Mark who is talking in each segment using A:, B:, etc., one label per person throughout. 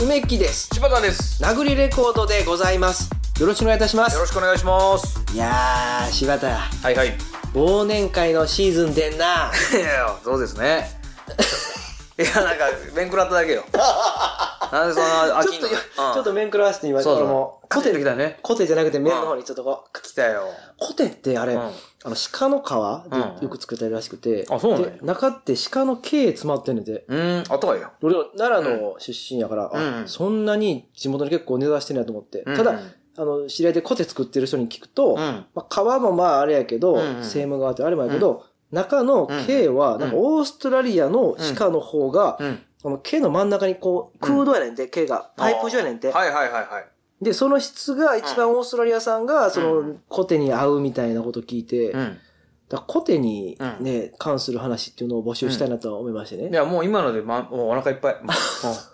A: 梅木です
B: 柴田です
A: 殴りレコードでございますよろしくお願いいたしま
B: よ
A: す
B: ろしくお願いします
A: いやー柴田
B: はいはいい
A: 忘年会のシーズンでんな
B: や そうですねいやなんか面食らっただ けよなんでそんな飽
A: ちょ
B: き
A: っ
B: ん
A: と
B: の
A: よ、
B: うん
A: ちょっと面食らわせて今
B: そう
A: こ
B: そう
A: れもコ
B: 勝
A: テ
B: ててきたね
A: コテじゃなくて面の方にちょっとこう、
B: 来たよ
A: コテってあれ、
B: うん
A: あの鹿の皮で
B: うん
A: よく作ってるらしくて、
B: あそうなんや
A: で中って鹿の毛詰まってんねんて
B: うんあったかいよ
A: 俺は奈良の出身やから、あ
B: うん
A: そんなに地元に結構根ざしてんやと思って、
B: うん
A: ただあの知り合いでコテ作ってる人に聞くと、
B: うん
A: まあ、皮もまああれやけど、
B: うんうん
A: セーム側ってあれもやけど、中の毛は、
B: ん
A: なんかオーストラリアの鹿の方が、
B: うん
A: この毛の真ん中にこう、空洞やねんて、毛が。パイプ状やねんて。
B: はいはいはいはい
A: で、その質が一番オーストラリア産が、そうの
B: ん、
A: コテに合うみたいなこと聞いて、
B: うん
A: だからコテに
B: うん
A: ね、関する話っていうのを募集したいなとは思いまして
B: い
A: ね。
B: やもう今ので、ま、もうお腹いっ ぱいもう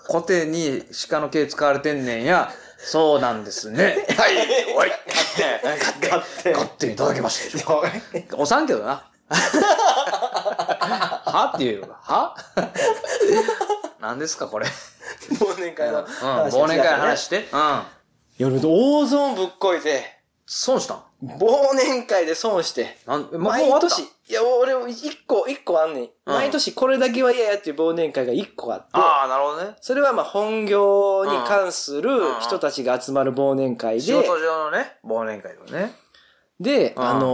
B: コテに鹿の毛使われてんねんやそうなんですね はい終わり勝手勝手にいただきましたでしょおさんけどな はっていうよは 何ですかこれ
A: 忘年
B: うん、忘年会の話して。うん。
A: 夜と大損ぶっこいて、
B: 損したん
A: 忘年会で損して。
B: なん、えまもう終
A: 毎
B: わった
A: 年、いや、俺、一個、一個あんねん。毎年これだけは嫌やっていう忘年会が一個あって、
B: ああ、なるほどね。
A: それはまあ本業に関する
B: うん
A: 人たちが集まる忘年会
B: 仕
A: で、
B: 事上のね、忘年会とかね。
A: で、
B: うん
A: あの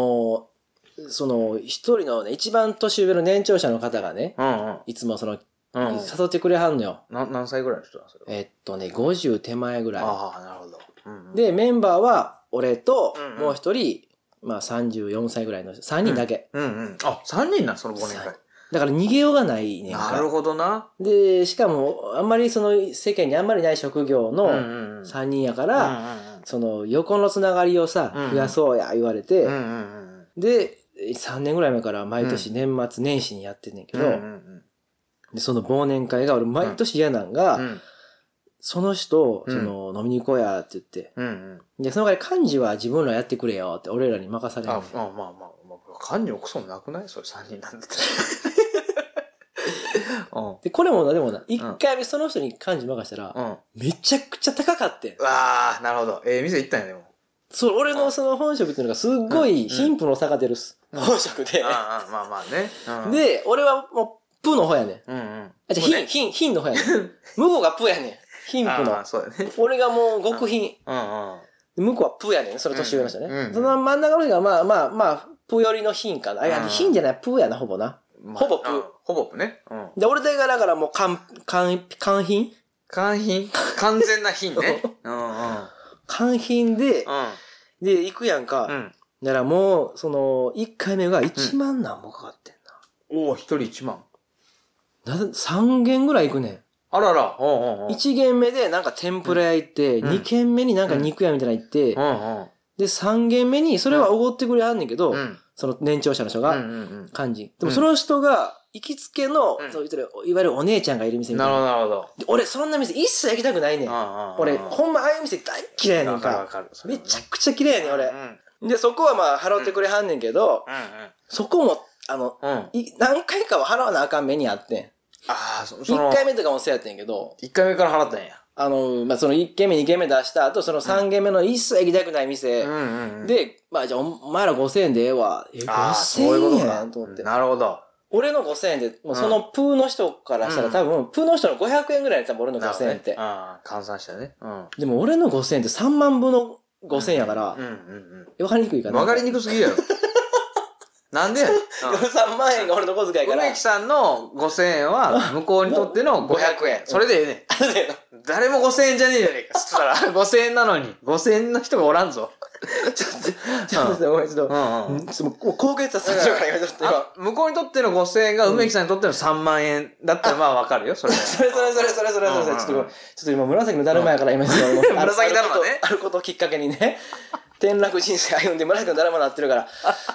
A: ーその、一人のね、一番年上の年長者の方がね、
B: うんうん。
A: いつもその、
B: うん。
A: 誘ってくれはんのよ。
B: な何歳ぐらいの人だ、それは。
A: えっとね、50手前ぐら
B: ああ、なるほど。うんう
A: い。
B: ん、
A: で、メンバーは、俺と
B: うんう、ん
A: もう一人、まあ34歳ぐらいの人、3人だけ。
B: うんうん。あ、3人なん、その忘年会。
A: だから逃げようがないねん
B: なる
A: か。
B: ほどな。
A: で、しかも、あんまりその、世間にあんまりない職業
B: うん
A: の
B: うんうん。
A: 3人やか
B: う
A: ら、
B: んうんうん
A: その、横のつながりをさ
B: うん、
A: 増やそうや、言われて
B: う、んうんうん。
A: で、3年ぐらい前から毎年年末年始にやってんねんけ
B: け
A: ど、
B: うんうん
A: で、その忘年会が俺毎年嫌なんが、
B: うん。うん
A: その人、
B: う
A: そ
B: ん
A: の、飲みに行こうやって言って、
B: うんうん。
A: で、その代わり幹事は自分らやってくれよって俺らに任される
B: あ、まあまあまあ、まあ、感情クソもなくないそれ3 人なんだって。うん。
A: で、これもな、でもな、一回目その人に幹事任したら、
B: うん。
A: めちゃくちゃ高かってん
B: う。わあ、なるほど。ええ店行ったんやね、もう。
A: そう、俺のその本職っていうのがすっご
B: う
A: い
B: ん
A: 貧富の差が出るす
B: うん
A: 本職で。
B: ああ、まあまあね。うん、
A: で、俺はもう、プの方やねん。
B: うんうん。
A: あ、じゃあ、
B: そ
A: 貧、
B: うね
A: 貧、貧の方やねん。向こうがプやねん。貧
B: あ
A: 富
B: まあ
A: の。
B: そうだね。
A: 俺がもう極貧。
B: うんうん。
A: 向こうはプーやねん、その年上の人ね。
B: うんうんうん
A: その真ん中の人が、まあまあまあ、プー寄りの品かな。あいや、
B: うん
A: 品じゃない、プーやな、ほぼな。
B: まあ
A: ほぼプ
B: うんほぼプね。うん。
A: で、俺だがだからもう、完、完、完品
B: 完品完全な品 ね。うんうん。うん。
A: 完品で、で、行くやん
B: う
A: か。
B: ん。
A: ならもう、その、1回目が1万何ぼかかってん
B: おお、一人一万。
A: な。な、3軒ぐらい行くねん。
B: あらら。うんうんうん。
A: 1軒目でなんか天ぷら屋行って、
B: うん
A: 2軒目になんか肉屋みたいなの行って
B: う、んうん。
A: で、3軒目に、それはおごってくれはんねんけど、
B: うん。
A: その年長者の人
B: うん
A: が、
B: うん
A: 感じ。でもその人が、行きつけの、
B: うん
A: そういわゆるお姉ちゃんがいる店
B: うん。
A: みた
B: ないる
A: な
B: ほ。ど、なるほど。
A: で俺、そんな店一切行きたくないね
B: うん
A: ん。
B: うんうん。
A: 俺、ほんまああいう店大っ嫌いやね
B: わ
A: ん
B: かるわ
A: か。
B: かる。それ
A: め
B: はね
A: ちゃくちゃ嫌いやねん、
B: う
A: 俺
B: ん。
A: で、そこはまあ、払ってくれはんねんけど、
B: う
A: そこも、あの、
B: んうん。うん。
A: い何回かは払わなあかん目にあって
B: ああ、そ
A: ん。
B: そ
A: 1
B: の、
A: 回目とかもそうやってんけど、
B: 一回目から払ったんや。
A: あの、まあ、その1軒目、2軒目出した後、その3軒目の一切行きたくない店
B: うん、うんうん。、
A: で、まあ、じゃあ、お前ら5000円でええわ。え、
B: ああ、そうい
A: 5000
B: うこ
A: 円
B: と
A: や
B: か
A: んと思って。
B: なるほど。
A: 俺の5000円で、もうそのプーの人からしたら多分、プーの人の500円ぐらいで多分俺の
B: なるほ
A: 5000
B: ど
A: 円
B: ね
A: って
B: う。ん。換算したね。うん。
A: でも俺の5000円って3万分の5000円やから
B: う、んうん
A: わかりにくいか
B: うん。
A: な。
B: わかり
A: に
B: にくすぎるやろ。なんでやねん。
A: くい。3万円が俺の小遣いから。
B: 梅木さんの5000円は向こうにとっての500円。それでええねん。誰も5000円じゃねえじゃねえか。そしたら5000円なのに5000円の人がおらんぞ。ちょっ
A: ちょっと待って、ごめん、ちょっ
B: う
A: と。
B: んうん。
A: ちょっともう高血圧になっちゃうから、今ちょっと今
B: あ向こうにとっての5000円が梅木さんにとっての3万円だったらまあわかるよ、それ。
A: それそれそれそれそれそれそれ、ちょっとごめんちょっと今紫のだるまやから今ちょっと俺も
B: 紫だるまね
A: あることあることをきっかけにね、転落人生歩んで紫のだるまになってる から。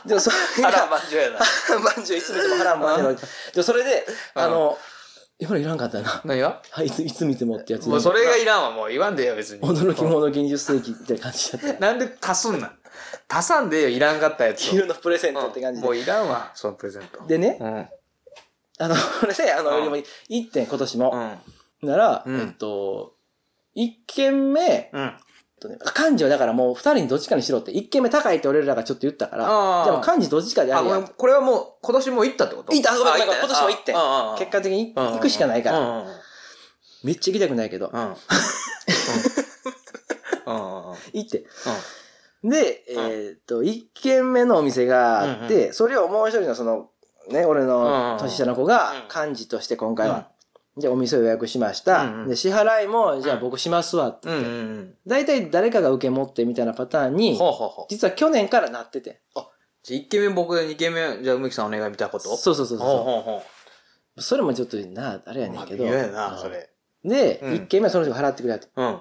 A: でもそれが、
B: 万丈やな。
A: まんじゅういつ見ても波乱万丈の。 で、それで、
B: うん
A: あの、今のいらんかったな。
B: 何が
A: はい、いつ、いつ見てもってやつ。
B: もうそれがいらんわ、もう言わんでええよ、別に。
A: 驚きもの現実世紀みたいな感じだった。
B: なんで足すんな。足さんでええよ、いらんかったやつを。
A: 昼のプレゼントって感じ
B: も
A: で。
B: ういらんわ、そのプレゼント。
A: でね、
B: うん。
A: あの、これね、あの、
B: うん
A: でも1点今年も。
B: うん。
A: なら、
B: うん
A: えっと、一軒目、
B: うん。あ
A: とね、幹事はだからもう二人にどっちかにしろって、一軒目高いって俺らがちょっと言ったから、じ
B: あー
A: ゃあもう幹事どっちかでやる
B: ご
A: や
B: めん、これはもう、今年もう行ったってこと
A: 行ったごめん
B: あ
A: ごめん今年も行って
B: あああ
A: 結果的に
B: うんうんうん
A: 行くしかないから、
B: うんうんうん
A: めっちゃ行きたくないけど、
B: うん。うん。うん。
A: 行って。で、えーっと、一軒目のお店があって、
B: うん
A: それをもう一人のその、ね、俺
B: うんう
A: の
B: ん
A: 年下の子
B: うん
A: が幹事として今回は、じゃあお店を予約しました。
B: うんうん
A: で、支払いも、じゃあ
B: うん
A: 僕しますわって。
B: うん。うん。
A: 大体誰かが受け持ってみたいなパターンに、
B: ほうほうほう。
A: 実は去年からなってて。
B: じゃあ、1軒目僕で2軒目、じゃあ梅木さんお願いみたいなこと
A: そう
B: う
A: そうそうそう。
B: ほうほうほ
A: それもちょっとな、あれ
B: う。
A: やねんけど。
B: まあ微妙や
A: う
B: な、
A: ん
B: それ。
A: で、
B: うん
A: 1軒目はその人が払ってくれたと。
B: うん。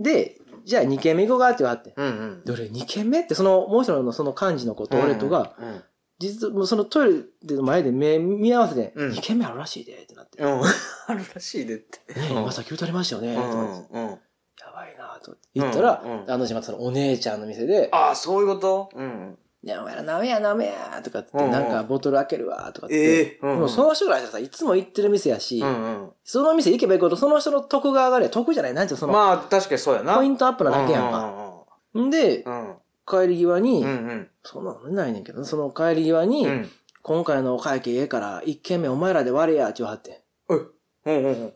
A: で、じゃあ2軒目行こうかって言われて。
B: うんうん。
A: で、俺2軒目って、その、もう一人のその幹事の子と俺とが、
B: うんうん。
A: 実はもうそのトイレの前で目見合わせて、
B: うん
A: 2軒目あるらしいで、ってなって。ね
B: うん。 あるらしいでって。うん
A: 今さっき歌りましたよね、
B: う
A: と思って
B: んうん。
A: やばいなと思って。行ったら、
B: うんうん
A: あの島そのお姉ちゃんの店で、
B: ああ、そういうことうん。
A: いや、お前ら舐めや舐めやとかって、
B: うんうん
A: なんかボトル開けるわとかって。
B: ええ。うん
A: でもその人らしたらさ、いつも行ってる店やし、
B: うん
A: その店行けば行くほど、その人の得が上がるやん。得じゃないなんていうのそ
B: うん。
A: の、
B: まあ、確かにそうやな。
A: ポイントアップ
B: ト
A: なだけやんか。
B: か。
A: んで
B: う、ん。
A: 帰り際に、
B: うんうん。
A: そんなのないねんけど、その帰り際に、
B: うん。
A: 今回のお会計ええから、一軒目お前らで割れや、って言わはってん。
B: うんうんうん。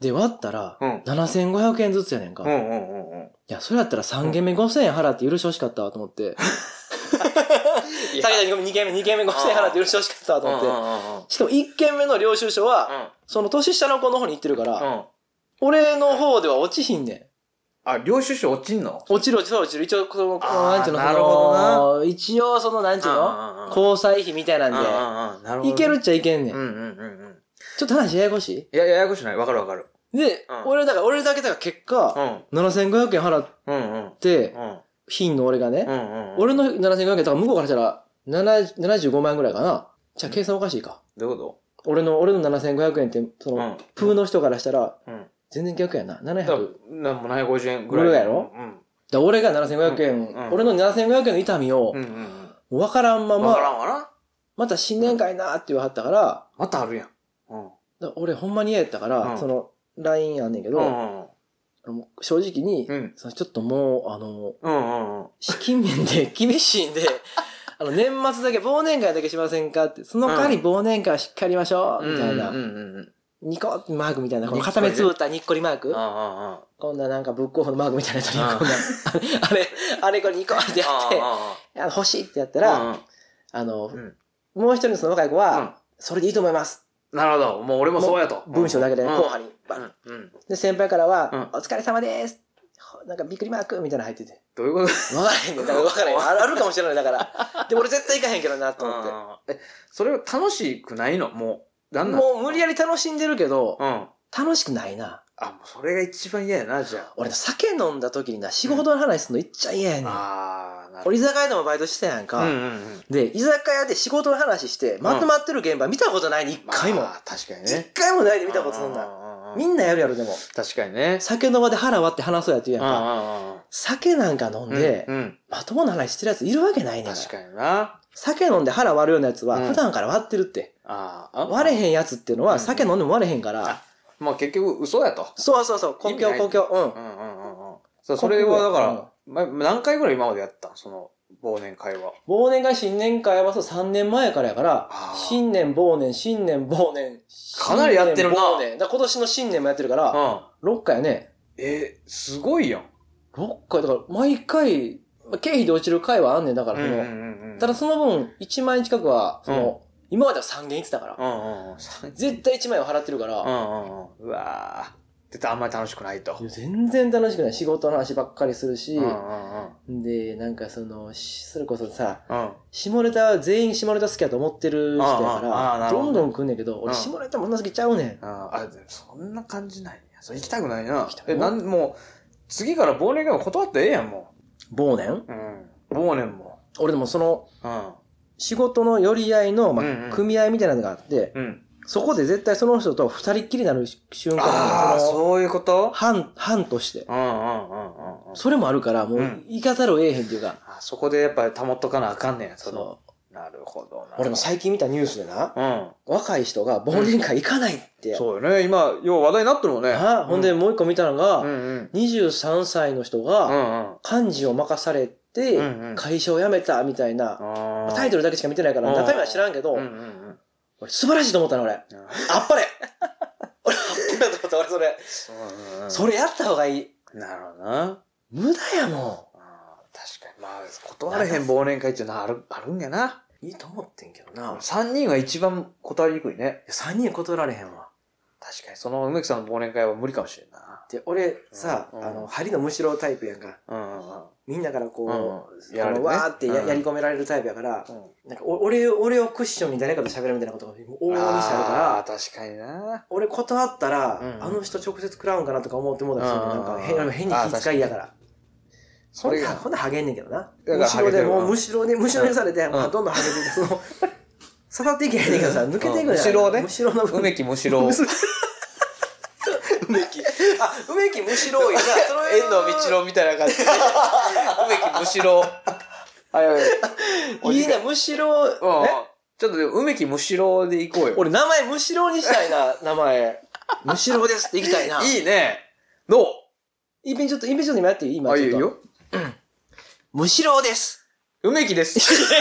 A: で、割ったら、
B: うん
A: 7500円ずつやねんか。
B: う
A: い
B: んうんうんうん。
A: や、それやったら3軒目5000円払って許してほしかったわと思って。
B: いや
A: さっきの2軒目、2軒目5000円払って許してほしかったわと思
B: うん
A: って。
B: うんうん
A: しかも1軒目の領収書は、その年下の子の方に行ってるから、
B: うん。うん。
A: 俺の方では落ちひんねん。
B: あ、領収書落ちんの
A: 落ちる落ちる落ちる。一応、その、この
B: あー
A: なんていうの、
B: なるほ
A: その、一応、その、なんていうの
B: の
A: 交際費みたいなんで、
B: ない
A: けるっちゃいけんね
B: うん
A: ん。
B: うんうんうん。
A: ちょっと話ややこしい
B: いや、ややこしない。わかるわかる。
A: で
B: うん、
A: 俺だから、俺だけだから結果、
B: ん。
A: 7500円払っ
B: うんうん。
A: て
B: う、ん
A: 品の俺がね
B: う、んうん。
A: 俺の7500円、だから向こうからしたら、70 75万円ぐらいかな。じゃあ計算おかしいか。
B: どういうこ
A: 俺の、俺の7500円って、そ
B: とう
A: の、
B: ん。
A: プーの人からしたら、
B: うん。
A: 全然逆やな。700。だ
B: だか、
A: から
B: なんもない50円ぐらい。
A: ぐらいやろ
B: うん。
A: ら俺が7500
B: うんう
A: 円
B: ん、
A: 俺の7500円の痛みを
B: う、んうん
A: わからんま
B: うん。わから
A: ま、
B: んわな。
A: また新年会なーって言わはったから、
B: またあるやん。うん。
A: だから俺ほんまに嫌やったから、
B: うん
A: その LINE あんねんけ
B: う
A: ど、あ
B: ん
A: の正直に、
B: うん。
A: そのちょっともうあの
B: うんうんうん。
A: 資金面で厳しいんで あの年末だけ忘年会だけしませんかってその代わり忘年会はしっかりやりましょう、みたいな、
B: うんうんうん。
A: ニコってマークみたいなこの
B: にっこり
A: 片目つぶったにっこりマー
B: うん
A: ク、
B: うんうん。
A: こんななんかブックオフのマークみたいなやつに
B: うん
A: こんな あれあれこれニコってやってあの欲しいってやったら、
B: うんうん
A: あの、
B: うん
A: もう一人のその若い子は、それでいいと思います
B: なるほど。もう俺もそうやと。
A: 文章だけで
B: うん
A: ね後半にバン
B: うんうん。
A: で、先輩からは、
B: うん
A: お疲れ様ですほなんかびっくりマークみたいなの入ってて。
B: どういうこと
A: わからへんねん。だからわからへん。ああるかもしれない。だ から。で、俺絶対行かへんけどな、と思っ
B: うんえ、それは楽しくないのもう。な
A: て。
B: んなん
A: もう無理やり楽しんでるけど、
B: うん。あ、
A: 楽しくないな。
B: もうそれが一番嫌やな、じゃ
A: 俺、酒飲んだ時にな、仕事の話するのいっちゃ嫌やねん。
B: あ。あー、なるほ
A: 俺、居酒屋でもバイトしてたやん
B: ど。
A: か。
B: うんうんうん。
A: で、居酒屋で仕事の話して、まとまってる現場見たことないね、一回も。
B: まあ確かに
A: 一、
B: ね。
A: 回もないで見たことそんな。
B: な
A: みんなやるやろ、でも。
B: 確かにね。
A: 酒の場で腹割って話そうやって言う
B: うん
A: やんか。
B: う
A: 酒なんか飲ん
B: んうん。
A: で、
B: うんうん。
A: まともな話してるやついるわけないねんから。
B: 確かにな。
A: 酒飲んで腹割るようなやつは
B: うん
A: 普段から割ってるって。
B: あーあ。
A: 割れへんやつっていうの
B: う
A: は
B: ん
A: 酒飲んでも割れへんか
B: あ
A: ら。
B: まあ結局嘘やと。
A: そうそうそう、根拠
B: 意味ない
A: 根拠。うん
B: う。んうんうんうん。そうそれはだから、ま何回ぐらい今までやったんその忘年会は。
A: 忘年会、新年会はそう3年前からやから
B: あ、ー
A: 新年、忘年、新年、忘年。
B: かなりやってるな
A: 新年忘年だから今年の新年もやってるから、
B: うん。
A: 6回やね。
B: えー、すごいやん。
A: 6回、だから毎回、まあ経費で落ちる回はあんねん。だから、その、ただその分、1万円近くは、その、今までは3件いってたから、
B: うんうんうん。さ
A: 絶対1万円は払ってるから、
B: うんうんうん。うわぁ。絶対あんまり楽しくないと。
A: いや全然楽しくない。仕事の話ばっかりするし
B: うんう、んうん。
A: で、なんかその、しそれこそさ、
B: うん。
A: 下ネタ、全員下ネタ好きやと思ってる人やか
B: ああああな
A: ら、
B: るほ
A: ど
B: ど
A: んどん来んねんけど、俺
B: うん
A: 下ネタも女好きちゃうねん。
B: あーあ、でもそんな感じないんや。それ行きたくないな
A: きた。くな
B: え、
A: い
B: なん、もう、次から忘年会も断ってええやん、も
A: 忘年
B: う。うん。忘年も。
A: 俺でもその、
B: うん。
A: 仕事の寄り合いの、ま
B: うんうん
A: あ、組合みたいなのがあって、
B: うん。
A: そこで絶対その人と二人っきりになる瞬間
B: ああ、
A: が、その、
B: そういうこと
A: 半、半として。
B: うんうんうんうんうん。
A: それもあるから、もう
B: うん、
A: 行かざるを得えへんっていうか、
B: あそこでやっぱり保っとかなあかんねや、その。
A: そ
B: ななるほどな。
A: 俺も最近見たニュースでな、
B: うん。
A: 若い人が忘年会行かないって。
B: そうよね。今、よう話題になってるもんね。
A: なほんで、もう一個見たのが、
B: うんうん。
A: 23歳の人
B: うんう
A: が
B: ん。
A: 幹事を任されて
B: うんうん
A: 会社を辞めたみたいな、
B: あ
A: タイトルだけしか見てないから
B: うん
A: 中身は知らんけど、
B: うんうんうん。
A: 俺素晴らしいと思ったの俺あっぱれ俺あっぱれだと思った俺それ、
B: うんうん
A: それやった方がいい
B: なるほどな。
A: 無駄やも
B: あー確かに。まあ、断れへん忘年会っていうのはある、あるんやな。
A: んいいと思ってんけどな
B: 三人が一番断りにくいね。
A: 3人断られへんわ
B: 確かに、その梅木さんの忘年会は無理かもしれんな。
A: で俺さ、
B: うん
A: あの針のむしろタイプやんか
B: うんうん
A: みんなからこう、
B: うん
A: このわーってや,、
B: うん
A: やり込められるタイプやから、
B: うん。
A: なんかお俺を俺をクッションに誰かと喋るみたいなことが往々にしてあるから
B: あー確かにな。
A: 俺断ったら、
B: うん
A: あの人直接食らうんかなとか思ってもうたりするの、
B: うん
A: なんか変俺変に気遣いやから。それほんな励んねんけどな。
B: だ
A: む
B: から
A: しろで
B: 励んでるわ
A: もうむしろね、むしろにされて、
B: ん
A: まあどんどん励んでいく、その、刺さっていけへんねんけどさ、抜けていくじゃん。
B: うんむしろね
A: むしろの分。
B: 梅木むし ろ。
A: 梅木。あ、梅木むしろいな。その
B: 遠藤道郎みたいな 感じで。梅木むしろ。はいはい。
A: いいな、むしろ。
B: うん
A: え
B: ちょっとでも梅木むしろで行こうよ。
A: 俺名前むしろにしたいな、名 前。むしろですっていきたいな。
B: いいね。どう
A: いっぺんちょっと、いっぺんちょっと今やっていい今
B: あ、
A: ちょ
B: い
A: っ
B: い
A: と。
B: よ。
A: むしろです。
B: 梅木です。 違う。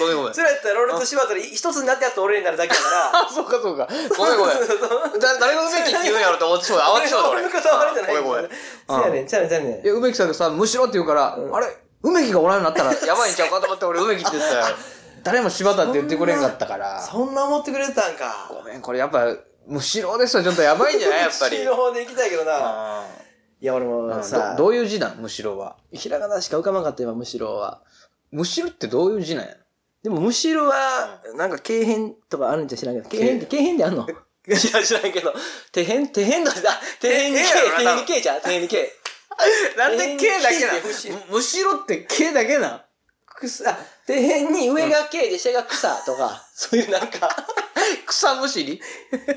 B: ごめんごめん
A: そ。れやったら俺と柴田で一つになったやつと俺になるだけだから。
B: あ、そうかそうか。 ごめんごめん。
A: そうそうそう
B: だ誰が梅木って言うんやろと思ってしま う。慌てしまう
A: 俺のことはあれじゃない
B: ごめんごめん。
A: そうやねん、ちゃうねん、ちゃうねん
B: い。や、梅木さんがさ、むしろって言うから、
A: うん
B: あれ梅木がおらんようになったら やばいんちゃうかと思って俺梅木って言ったら、 誰も柴田って言ってくれんかったから。
A: そんな思ってくれてたん
B: ご
A: か。
B: めん、これやっぱ、むしろですよ。ちょっとやばいんじゃないやっぱり。
A: 後ろ方で行きたいけどな。いや、俺も
B: さ
A: さ、
B: どどういう字なんむしろは。
A: ひらがなしか浮かばんかった今、むしろは。
B: むしろってどういう字なんや
A: でも、むしろは、なんか、軽変とかあるんじゃ知らんけど、軽変って、軽変であんの 知らん、知らんけど、手変、手変 だ、手変に
B: 手変やろな
A: 手変に軽じゃん、手変に軽。
B: なん
A: で軽だけなん
B: んむしろって軽だけなん
A: くす、あ、手変に上が軽で下が草とか、そういうなんか、
B: 草むしり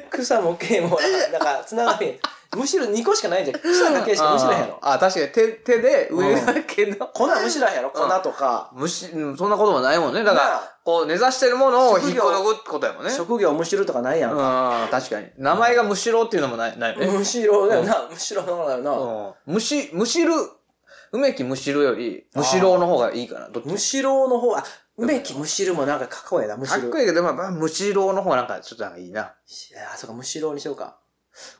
A: 草も軽も、なんか、なんか繋がり、むしろ2個しかないんじゃん。草が軽しかむしろへんやろ。
B: あーあー、確かに手、手で上だけの。
A: 粉むしろへんやろ、粉とか。
B: むし、うんそんなこともないもんね。だか
A: な
B: ら
A: あ、
B: こう、根ざしてるものを引
A: 職
B: っ
A: 業
B: こ抜くってことやもんね。
A: 職業むしろとかないやん。
B: うん、確かに。名前がむしろっていうのもない、ないよね。
A: むしろだよな、むしろのだよな。
B: うんむし、むしる、梅木むしるより、むしろの方がいいかな。どっち
A: むしろの方、あ、梅木むしろもなんかかっこええな、むし
B: か
A: ろ。
B: っこいいけど、まあまあ、むしろの方がなんか、ちょっとなんかいいな。
A: いやー、そうか、むしろにしようか。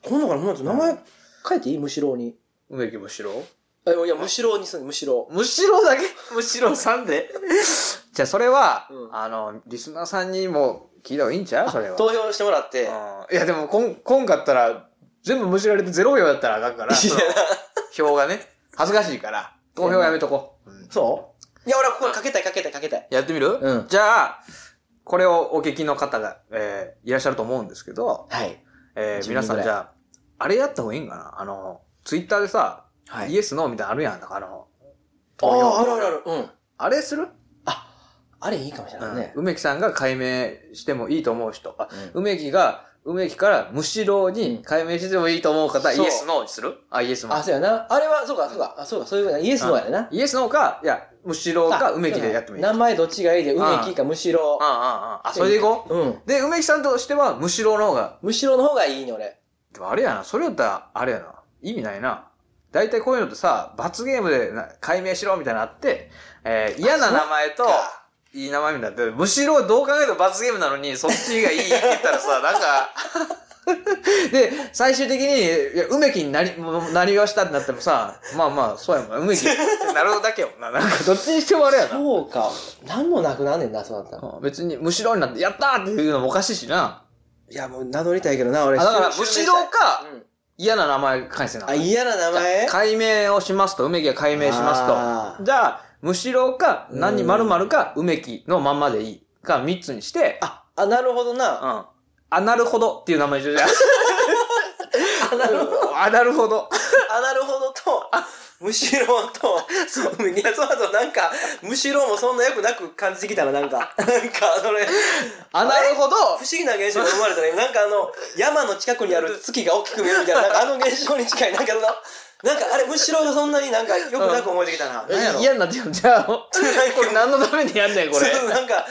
A: 今度からもう名前書いていいむしろに。
B: 梅木むしろ
A: あいや、むしろにする、むしろ。
B: むしろだけむしろさんで じゃあ、それは、
A: うん
B: あの、リスナーさんにも聞いた方がいいんちゃうそれは。
A: 投票してもらって。
B: うんいや、でも、こん、こんかったら、全部むしられてゼロ票だったらあかんから、その票がね、恥ずかしいから、投票やめとこう。うん
A: そういや、俺はここにかけたい、かけたい、かけたい。
B: やってみる
A: うん
B: じゃあ、これをお聞きの方が、えーいらっしゃると思うんですけど、
A: はい。
B: えー
A: 10
B: 皆
A: 人
B: さん
A: ぐらい
B: じゃあ、あれやった方がいいんかなあの、ツイッターでさ、
A: は
B: イエス、ノーみたいなのあるやん。だからあの、
A: ああ、あるある
B: る。
A: ある。うん。
B: あれする、
A: あれいいかもしれないね
B: う。ん梅木さんが解明してもいいと思う人。あ
A: う
B: 梅木が、梅木からむしろに解明してもいいと思う方、
A: うんそう
B: イエス、ノーにするあ、イエス、ノ
A: あ、
B: ー。
A: そうやな。あれは、そうか、そうか。あ、そうか、そういうことやイエスのやでな。
B: イエス、ノーか、いや、むしろか、
A: あ
B: 梅木でやってもいい。
A: 名
B: あ
A: 前どっちがいいで、梅木かむしろ。
B: あ、ああ、あ、それでいこ
A: う。うん。
B: う。で、梅木さんとしては、むしろの方が、
A: むしろの方がいいね、俺。
B: でもあれやな、それやったら、あれやな、意味ないな。大体こういうのってさ、罰ゲームでな解明しろみたいなのあって、えー嫌な名前と
A: そっか、
B: いい名前みたいになって、むしろどう考えても罰ゲームなのに、そっちがいいって言った らさ、なんか、で、最終的に、いや、梅木になり、もなりはしたってなってもさ、まあまあ、そうやもん、梅木ってなるだけや もんな。なんか、どっちにしてもあれやな。
A: そうか。なんもなくなんねんな、そうなったら。
B: うん別に、むしろになって、やったーっていうのもおかしいしな。
A: いや、もう名乗りたいけどな、俺。
B: あだから
A: 知らん
B: むしろか
A: うん
B: 嫌な名前返せな。
A: あ、嫌な名前
B: 解明をしますと、梅木が解明しま
A: あ
B: すと。じゃあ、むしろか、何、
A: うん
B: 〇〇か、梅木のまんまでいい。か、三つにして、あ、
A: ーあ、なるほど
B: う
A: な。
B: ん。あ、なるほどっていう名前じゃ、
A: あ、なるほど。
B: あ、なるほど。
A: あ、なるほどと、むしろと、そう、いや、その後なんか、むしろもそんな良くなく感じてきたら、なんか、なんか、それ、
B: あ、なるほど。
A: 不思議な現象が生まれたら、なんかあの、山の近くにある月が大きく見えるみたいな、なんかあの現象に近い、なんかその、なんかあれ、むしろそんなになんか良くなく思えてきたな。
B: え嫌になってるじゃあ、これ何のためにやんねん、これ。
A: そう なんか、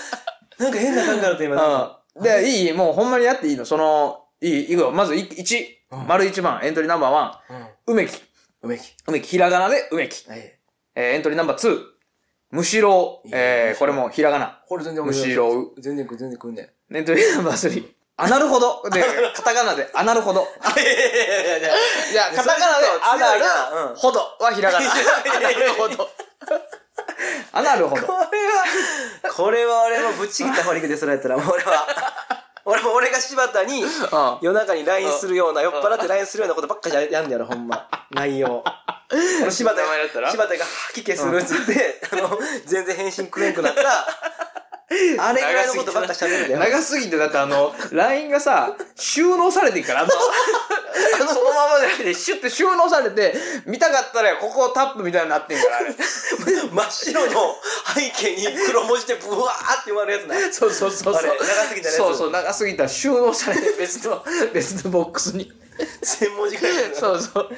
A: なんか変な感覚だった今なんか。
B: うん。で、いいもうほんまにやっていいのその、いい、いくよ。まずい1、
C: うん
B: 丸1番、エントリーナンバー
C: うん。
B: 1、梅木。
C: 梅木。
B: 梅木、ひらがなで梅木。
C: はい。
B: えーエントリーナンバー2、むしろう、えー、これもひらがな。
C: これ全然
B: むしろ
C: 全然くん、全然くんねん。
B: エントリーナンバー3、あなるほど。で、カタカナで、あなるほど。
A: いやいやいやいやいや。
B: いや、カタカナで、アナル、ほどはひらがな。アナルほど。アナルほど。
A: これは、これは俺もぶっちぎった方に行くで、それやったら、もう俺は。 俺も俺が柴田に
B: あ
A: 夜中に LINE するような、酔っ払って LINE するようなことばっかじゃやんねやろ、ほんま。内容。この柴田
B: 名前だった
A: が、
B: ら
A: 柴田が吐き気するっつって、あの、全然返信くれんくなった。 あれぐらいのことばっか喋るんだよ。
B: 長すぎて、だってあの、LINE がさ、収納されてるから、あの、そのままじゃなくて、シュッて収納されて、見たかったらここをタップみたいになってんから、あれ。
A: 真っ白の背景に黒文字でブワーって埋まるやつな。
B: そうそうそうそう。
A: あれ長すぎたね
B: そうそう、長すぎたら収納されて、別 の、別のボックスに。
A: 千文字ぐらいのやつな
B: そうそう。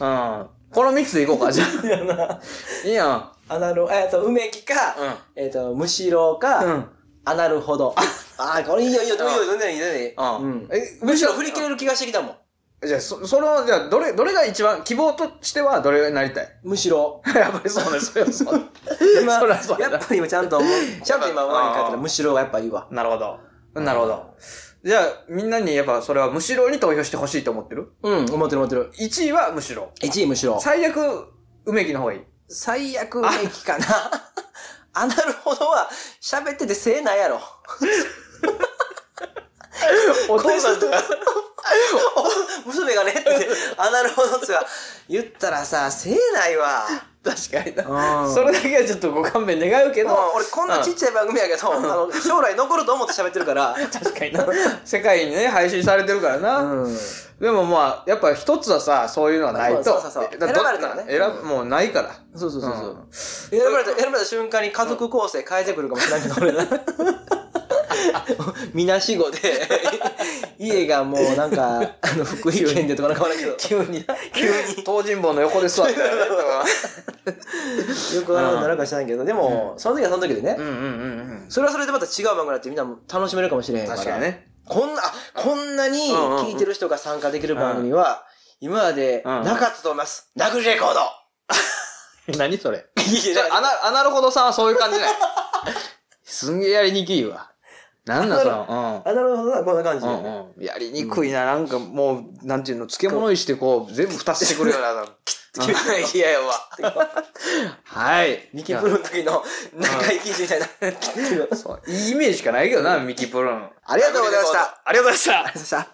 B: うん。このミックスでいこうか、じゃあ。
A: いやな。
B: いいやん。
A: アナロ、えっと、梅木か、えっと、むしろか、
B: うん
A: アナルほど。ああ、これいいよ、いいよ、どういいよ、どういいよ、どういいよ。
B: う
C: うん
B: ん。え、
A: むしろ振り切れる気がしてきたもん。
B: じゃあ、そ、その、じゃあ、どれ、どれが一番、希望としては、どれになりたい
C: むしろ。
B: やっぱりそうね、それはそう。
A: 今、
B: そらそうだ
A: やっぱり今ちゃんと思う、 ちゃんと今、我に返ったら、むしろがやっぱいいわ。
B: なるほど。なるほど。じゃあ、みんなにやっぱそれはむしろに投票してほしいと思ってる
C: うん、思ってる思ってる。
B: ?1 位はむしろ。
C: 1位むしろ。
B: 最悪、梅木の方がいい。
A: 最悪梅木かな。 アナルほどは、喋っててせえないやろ。
B: お
A: 父さんとか娘がね って、アナルほどっつが、言ったらさ、せえないわ。
B: 確かに
C: う
B: な。
C: ん
B: それだけはちょっとご勘弁願うけ
A: で
B: ど
A: も、、俺こんなちっちゃい番組やけど、あの、将来残ると思って喋ってるから、
B: 確かにな。世界にね、配信されてるからな。
C: うん。
B: でもまあ、やっぱ一つはさ、そういうのはないと。
A: そうそうそう
B: えだ
A: 選ばれたらね
B: どっ選ぶ、もうない から。。
C: そうそうそうそううん
A: 選ばれた、選ばれた瞬間に家族構成変えてくるかもしれないけど、俺な。みなしごで、家がもうなんか、あの、福井県でとかなんかわからんけど、
B: 急に、 急に。東尋坊の横で 座ってたりとか。
A: よくわからんなるかもしれないけど、でも、その時はその時でね
B: う、んうんうんうん。
A: それはそれでまた違う番組だってみんなも楽しめるかもしれへんから。
B: 確かに。ね。
A: こんな、あこんなに聞いてる人が参加できる番組は、今まで
B: うん
A: なかったと思います。殴りレコード
B: 何それ。
A: い
B: じゃあ、アナ、アナルほどさんはそういう感じない。 すんげえやりにくいわ。なんなんその、
A: あ、なるほどな、こんな感じ
B: う。ん。うんうん。やりにくいな、なんかもう、なんていうの、漬物にしてこう、全部蓋してくるような。いやいやわ。はい。
A: ミキプルの時の中井記事みたいな。ありがとう
B: そういいイメージしかないけどな、ミキプルン。
A: ありがとうございました。
B: ありがとうござい
A: ご
B: ました。
A: ざいました。